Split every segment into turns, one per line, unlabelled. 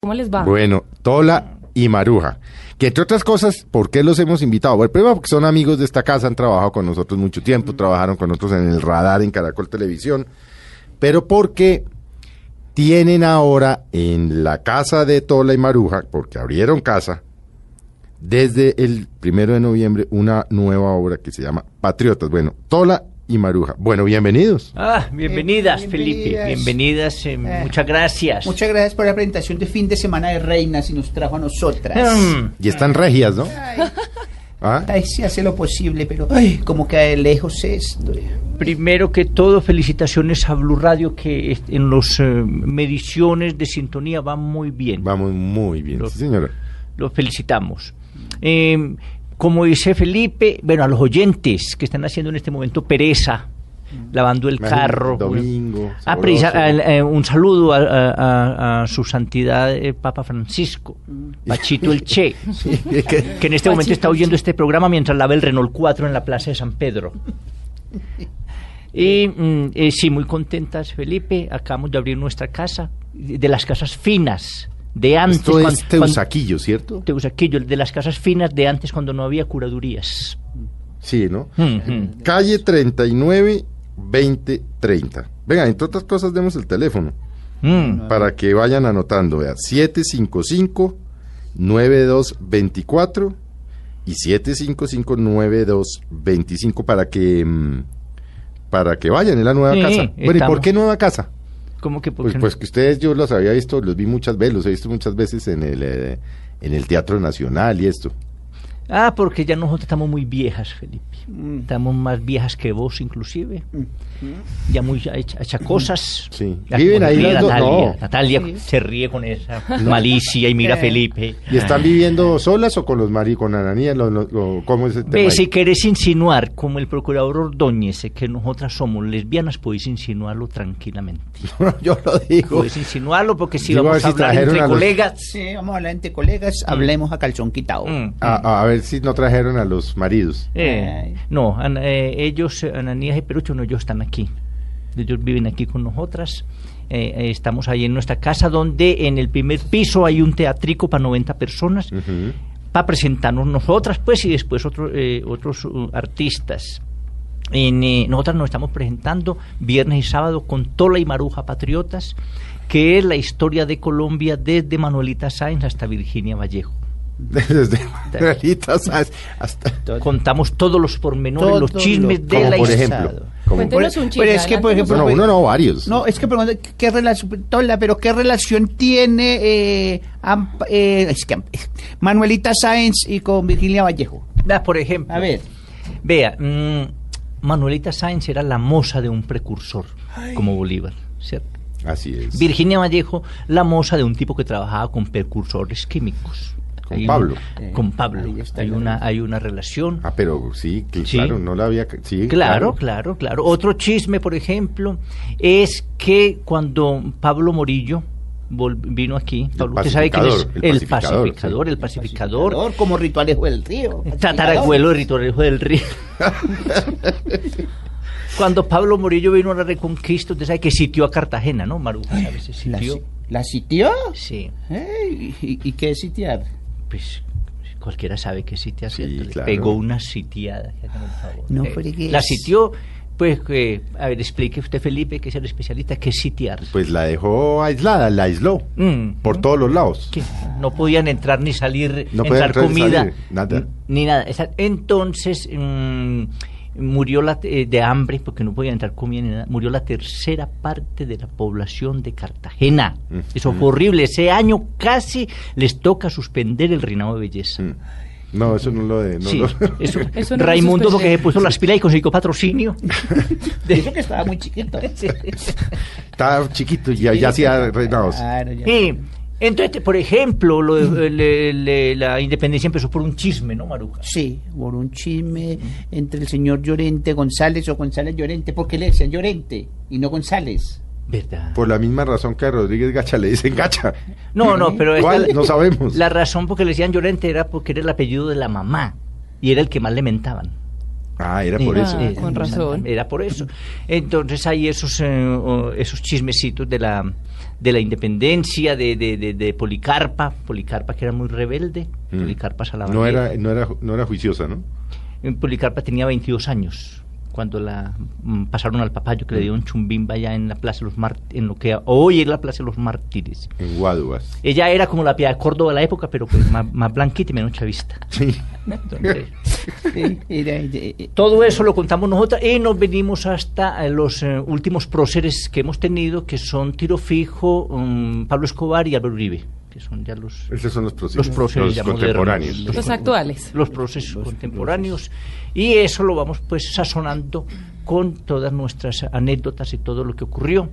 ¿Cómo les va?
Bueno, Tola y Maruja. Que entre otras cosas, ¿por qué los hemos invitado? Bueno, primero porque son amigos de esta casa, han trabajado con nosotros mucho tiempo, trabajaron con nosotros en el radar, en Caracol Televisión, pero porque tienen ahora en la casa de Tola y Maruja, porque abrieron casa, desde el primero de noviembre una nueva obra que se llama Patriotas. Bueno, Tola y Maruja. Bueno, bienvenidos.
Ah, bienvenidas,
Eh,
Felipe.
bienvenidas.
Bienvenidas. eh,
Eh.
Muchas gracias.
Muchas gracias por la presentación de fin de semana de Reinas y nos trajo a nosotras.
Mm.
Y están regias, ¿no? ¿Ah?
Ay, sí hace lo posible, pero ay, como que de lejos esto.
Primero que todo, felicitaciones a Blue Radio que est- en las mediciones de sintonía va muy bien.
Vamos muy bien, sí, señora.
Los felicitamos. Eh, como dice Felipe, bueno, a los oyentes que están haciendo en este momento pereza,
Mm.
lavando el
Imagínate,
carro.
domingo,
Ah, precisa-
sabroso.
eh, eh, un saludo a, a- a- a su santidad el Papa Francisco,
Mm.
Pachito el Che. que en este momento está oyendo este programa mientras lava el Renault 4 en la Plaza de San Pedro. Y mm, eh, sí, muy contentas, Felipe. Acabamos de abrir nuestra casa, de de las casas finas de antes.
Esto
cuan-
es
cuan-
Teusaquillo, ¿cierto?
Teusaquillo, de las casas finas de antes cuando no había curadurías.
Sí, ¿no?
Mm,
Calle 39 2030. Venga, entre otras cosas demos el teléfono
mm, mm.
para que vayan anotando, vea, 755 9224 y 755 9225 para que mm, para que vayan en la nueva
Sí,
casa. Bueno, ¿y
estamos.
por qué nueva casa?
¿Cómo que por
Pues,
qué no?
pues que ustedes yo los había visto, los vi muchas veces, los he visto muchas veces en el eh, en el Teatro Nacional y esto.
Ah, porque ya nosotros estamos muy viejas, Felipe. Estamos más viejas que vos, inclusive.
Mm.
Ya muy ya hecha, hecha cosas.
Sí.
Ya
Viven
como
ahí
ríe
las dos,
Natalia.
no.
Natalia
Sí.
se ríe con esa malicia y mira a
Eh.
Felipe.
¿Y este están viviendo solas o con los maridos, con Ananías? Lo- lo- lo- ¿Cómo es el tema?
Ve,
ahí?
si querés insinuar, como el procurador Ordóñez, que nosotras somos lesbianas, podéis insinuarlo tranquilamente.
No, yo lo digo.
Podéis insinuarlo porque si
Digo, a
vamos a,
ver si
hablar
trajeron
entre
a los-
colegas...
Sí, vamos a hablar entre colegas, hablemos a calzón quitado.
Mm.
A, a ver si no trajeron a los maridos.
Eh,
Ay.
no, Ana- eh, ellos, eh, Ananías y Perucho, no, ellos están aquí. Ellos viven aquí con nosotras. Eh, eh, estamos ahí en nuestra casa donde en el primer piso hay un teatrico para 90 personas
Ujú.
para presentarnos nosotras, pues, y después otro, eh, otros uh, artistas. En, eh, nosotras nos estamos presentando viernes y sábado con Tola y Maruja Patriotas, que es la historia de Colombia desde Manuelita Sáenz hasta Virginia Vallejo.
Desde Margarita Sáenz hasta...
Contamos todos los pormenores,
Todo
los chismes
lo-
de
Como
la
por
historia.
ejemplo. Como
Cuéntenos
por,
un chisme,
pero Pues, es que, por
adelante,
ejemplo,
no, uno no, varios.
No, es que pregunta, ¿qué, qué relación, Tola, pero qué relación tiene eh, Ampa- eh, es que, eh, Manuelita Sáenz y con Virginia Vallejo?
Ah, por ejemplo.
A ver,
Vea, mm, Manuelita Sáenz era la moza de un precursor, como Bolívar, ¿cierto?
Así es.
Virginia Vallejo, la moza de un tipo que trabajaba con precursores químicos.
Con
un- Eh,
Pablo.
con
Ahí
Pablo.
está
Hay
la
una, hay una relación.
Ah, pero sí, que-
Sí.
claro, no la había... Sí,
Claro, claro, claro. Otro chisme, por ejemplo, es que cuando Pablo Morillo vol- vino aquí, Pablo, ¿usted sabe quién es?
pacificador, el
El
pacificador,
pacificador, el pacificador,
pacificador, como rituales del río.
Tatarabuelo de Ritorejo del Río. Cuando Pablo Morillo vino a la Reconquista, usted sabe que sitió a Cartagena, ¿no, Maruja? A veces
¿La,
sitió.
ci- la sitió?
Sí,
Ey, Eh, ¿Y, y qué es sitiar?
pues cualquiera sabe que sitia,
Sí,
¿cierto? Le
claro.
pegó una sitiada. hágame el favor.
No
Eh,
fregues.
La sitió, pues, que- a ver, explique usted, Felipe, que es el especialista, ¿qué es sitiar?
Pues la dejó aislada, la aisló.
Mm.
Por todos los lados.
que no podían entrar ni salir,
No podían
entrar,
entrar ni
comida,
salir, nada.
n- ni nada. Esa- Entonces mm, murió la, eh, de hambre porque no podían entrar comida ni nada. Murió la tercera parte de la población de Cartagena.
Mm.
Eso
Mm.
fue horrible. Ese año casi les toca suspender el reinado de belleza.
Mm. No, eso no lo... De, no
Sí,
lo-
eso-
Eso no
Raimundo
lo suspende.
porque se puso las pilas y consiguió patrocinio.
De eso que estaba muy chiquito.
Estaba chiquito y ya, ya hacía reinados.
Claro, ya.
Y entonces, por ejemplo, lo de- le- le- la independencia empezó por un chisme, ¿no, Maruja?
Sí, por un chisme entre el señor Llorente González o González Llorente, porque le decían Llorente y no González.
¿Verdad?
Por la misma razón que a Rodríguez Gacha le dicen Gacha.
No, no, pero esta-
¿Cuál? No sabemos.
La razón por que le decían Llorente era porque era el apellido de la mamá y era el que más le mentaban.
Ah, era por
Eh,
eso.
eh,
con razón.
Era por eso. Entonces hay esos eh, o- esos chismecitos de la de la independencia, de, de, de, de Policarpa, Policarpa que era muy rebelde,
Mm.
Policarpa Salamanca.
No era, no, era, no era juiciosa, ¿no?
Eh, Policarpa tenía 22 años cuando la mm, pasaron al papayo que le dio un chumbimba allá en la Plaza de los Mar- en lo que hoy es la Plaza de los Mártires.
En Guaduas.
Ella era como la Piedad de Córdoba de la época, pero pues más, más blanquita y menos chavista.
Sí.
Entonces,
Eh, era- eh, eh,
todo eso lo contamos nosotros y nos venimos hasta eh, los eh, últimos próceres que hemos tenido, que son Tiro Fijo, mm, Pablo Escobar y Álvaro Uribe, que son ya los,
Esos son los próceres.
los próceres ya modernos.
contemporáneos.
Los actuales.
Los procesos contemporáneos. Y eso lo vamos pues sazonando con todas nuestras anécdotas y todo lo que ocurrió.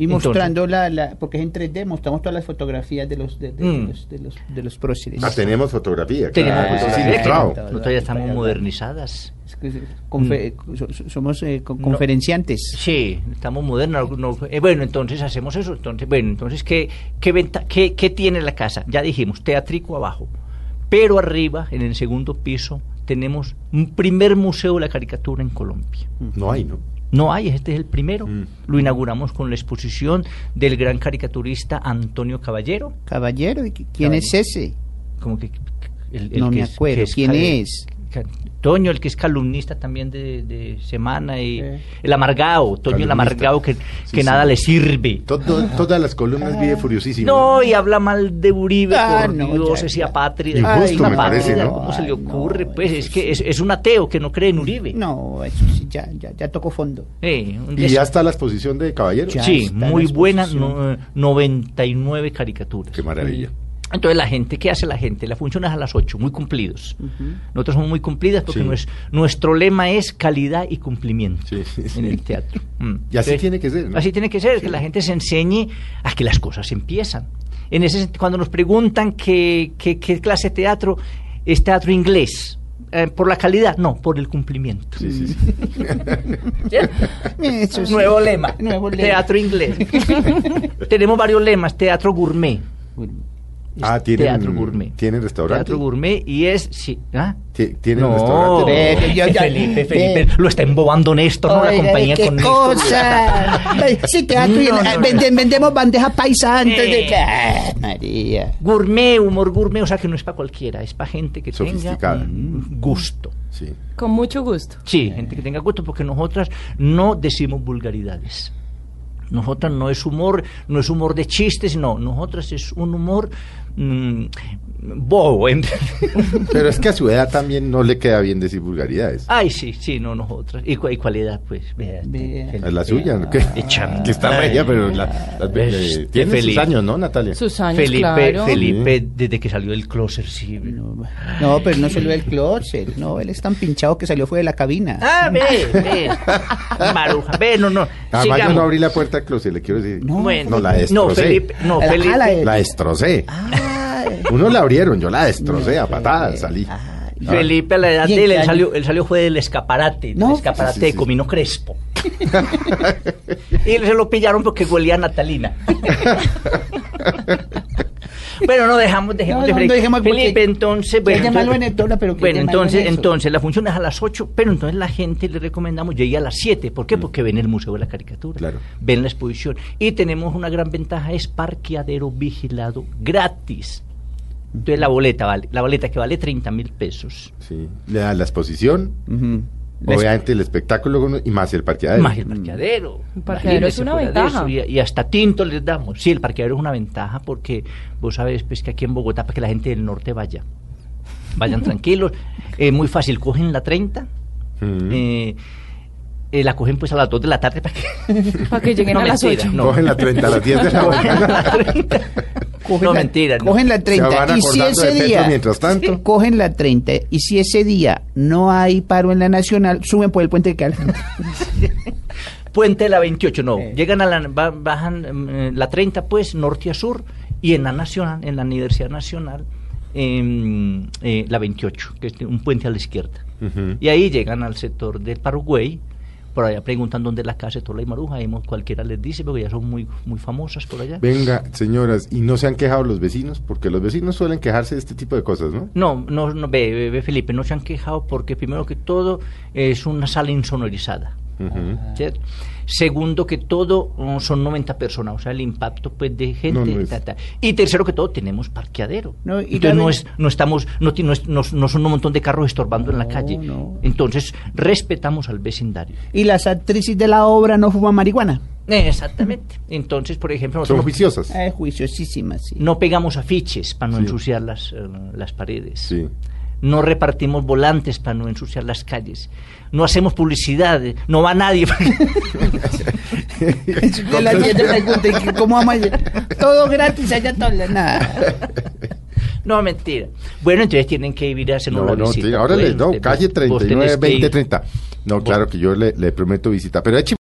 Y
Entonces,
mostrando la, la- porque es en 3D, mostramos todas las fotografías de los de, de- de
Mm.
los, de los, de los próceres.
Ah, tenemos fotografía.
Tenemos
claro,
pues,
eso es
fotografía.
ilustrado.
Claro.
Nosotros ya estamos modernizadas.
Es que se- confe- so- so- somos eh, con-
No.
conferenciantes.
Sí, estamos modernos. no- eh, bueno, entonces hacemos eso. Entonces, bueno, entonces, ¿qué, qué, venta- qué, qué tiene la casa? Ya dijimos, teatrico abajo. Pero arriba, en el segundo piso, tenemos un primer museo de la caricatura en Colombia.
No hay, ¿no?
No hay, este es el primero.
Mm.
Lo inauguramos con la exposición del gran caricaturista Antonio Caballero.
Caballero, ¿y qui- ¿quién es ese?
Como que, el- el
No
que
me
es-
acuerdo.
que es
¿Quién
ca-
es?
ca- Toño, el que es calumnista también de, de Semana, y
Eh.
el amargado, Toño el
Calumnista.
amargado que, que
sí.
nada le sirve.
Todo- todas las columnas vive furiosísimo.
No, y habla mal de Uribe,
Ah,
por
no,
Dios,
ya,
ese
ya.
apátrida.
Injusto,
Ay,
me
apátrida,
parece, ¿no?
¿Cómo se le
Ay, no,
ocurre? pues
eso
es que
sí.
es, es un ateo que no cree en Uribe.
No, eso sí, ya, ya, ya tocó fondo.
Eh, un
Y
des-
ya está la exposición de Caballero.
Ya.
sí,
está la
muy buena,
exposición.
no, eh, 99 caricaturas.
Qué maravilla.
Entonces la gente, ¿qué hace la gente? La función es a las 8, muy cumplidos. Nosotros somos muy cumplidas porque
Sí.
nues- nuestro lema es calidad y cumplimiento
Sí, sí, sí.
en el teatro. Mm.
Y así
Entonces,
tiene que ser, ¿no?
Así tiene que ser, que la gente se enseñe a que las cosas empiezan. En ese sentido, cuando nos preguntan qué, qué- qué clase de teatro es teatro inglés, eh, por la calidad, no, por el cumplimiento.
Sí, sí, sí.
Eso sí.
Nuevo lema,
Nuevo lema.
teatro inglés. Tenemos varios lemas, teatro gourmet.
Ah, tienen,
teatro gourmet.
¿Tienen restaurante?
Teatro gourmet y es... Sí, ¿ah?
Ti- ¿Tienen
No,
restaurante?
Ve, Pero yo ya-
Felipe, Felipe,
Ve.
lo está embobando Néstor, no la
Oiga,
compañía
qué
con Néstor.
cosa. sí, teatro y-
No, no, no.
vende- vendemos bandeja paisa antes de
Eh.
que. Ah, María.
Gourmet, humor gourmet, o sea que no es para cualquiera, es para gente que tenga Mm.
Sofisticada.
un gusto.
Sí.
Con mucho gusto.
Sí, gente que tenga gusto, porque nosotras no decimos vulgaridades. Nosotras no es humor, no es humor de chistes, no. Nosotras es un humor mm, bobo. en-
Pero es que a su edad también no le queda bien decir vulgaridades.
Ay, sí, sí, no, nosotras. ¿Y, cu- y cualidad, pues? vea,
Vea.
Felipe.
Es la suya, ¿no? que,
Echa-
que está regia, pero la, la-
Ves,
eh,
qué
tiene sus
feliz.
años, ¿no, Natalia?
Sus años,
Felipe,
claro.
Felipe, desde que salió del closet, sí.
No, pero no salió del closet. No, él es tan pinchado que salió fuera de la cabina.
Ah, ve, ve. Maruja, ve, no, no.
Además, yo
sigamos.
Ah, no abrí la puerta al closet, le quiero decir.
No.
Bueno,
No, la
no,
destrocé.
Felipe, no,
La-
Felipe.
la-
La destrocé.
Ay.
Uno la abrieron, yo la destrocé a patadas, salí.
Felipe. Ay.
Ah.
Felipe a la edad
¿Y en
de él,
qué
él
año?
salió, él salió fue del escaparate,
No,
del escaparate
sí, sí,
de
sí.
Comino Crespo. y se lo pillaron porque golía a Natalina. bueno, no dejamos, dejemos
No,
de
no,
freír.
no dejemos porque-
Felipe, entonces, bueno,
llamarlo
entonces-
Benetona, pero que
bueno,
llamarlo
entonces,
en eso.
entonces la función es a las 8, pero entonces la gente le recomendamos llegue a las 7, ¿por qué?
Mm.
Porque ven el Museo de la Caricatura,
Claro.
ven la exposición y tenemos una gran ventaja, es parqueadero vigilado gratis. Entonces la boleta vale, la boleta que vale 30 mil pesos.
Sí. Le da la exposición,
Ujú.
obviamente el espectáculo con- y más el parqueadero.
Más el parqueadero.
El parqueadero es
Imagínese
una
fuera de
ventaja.
eso, Y, y hasta tinto les damos. Sí, el parqueadero es una ventaja porque vos sabes pues, que aquí en Bogotá, para que la gente del norte vaya, vayan tranquilos, es muy fácil, cogen la 30,
Mm.
eh, eh, la cogen pues a las 2 de la tarde para que...
Para que lleguen
No,
a las
mentira,
8.
no.
Cogen la 30 a las 10 de la
Cogen
mañana.
la 30.
Cogen
no,
la-
mentira. no.
Cogen la
Se
30.
van
Y si
acordando de
ese
Petro
día.
mientras tanto.
Sí. Cogen la 30. Y si ese día no hay paro en la nacional, suben por el puente de Cal.
Puente de la 28, no.
Eh.
Llegan a la, ba- bajan mm, eh, la 30, pues, norte a sur, y en la nacional, en la Universidad Nacional, em, eh, la 28, que es un puente a la izquierda.
Ujú.
Y ahí llegan al sector del Paraguay, por allá preguntan dónde es la casa de Tola y Maruja, y mo- cualquiera les dice, porque ya son muy, muy famosas por allá.
Venga, señoras, y no se han quejado los vecinos, porque los vecinos suelen quejarse de este tipo de cosas, ¿no?
No, no, no ve, ve, ve, Felipe, no se han quejado porque primero que todo es una sala insonorizada.
Ujú.
Ah.
¿cierto? Segundo, que todo mm, son 90 personas, o sea, el impacto pues de gente.
No, no es-
ta, ta. Y tercero, que todo tenemos parqueadero.
No, y
Entonces, no,
también-
es, no estamos, no, ti- no, es- no- no son un montón de carros estorbando en la
No,
calle.
no.
Entonces, respetamos al vecindario.
Y las actrices de la obra no fuman marihuana.
Exactamente. Entonces, por ejemplo,
Son
nosotros no-
juiciosas.
Es juiciosísimas, sí.
no pegamos afiches para no
Sí.
ensuciar las, eh, las paredes.
Sí.
No repartimos volantes para no ensuciar las calles. No hacemos publicidad. No va nadie.
Que la gente pregunte que cómo vamos a llegar. Todo gratis allá, todo nada.
no, mentira. Bueno, entonces tienen que ir a hacernos
No,
la
no,
visita.
sí, ahora
Bueno,
les no,
pues, usted-
calle
vos tenés
39,
que ir.
20, 30. No, claro que yo le, le prometo visita, pero es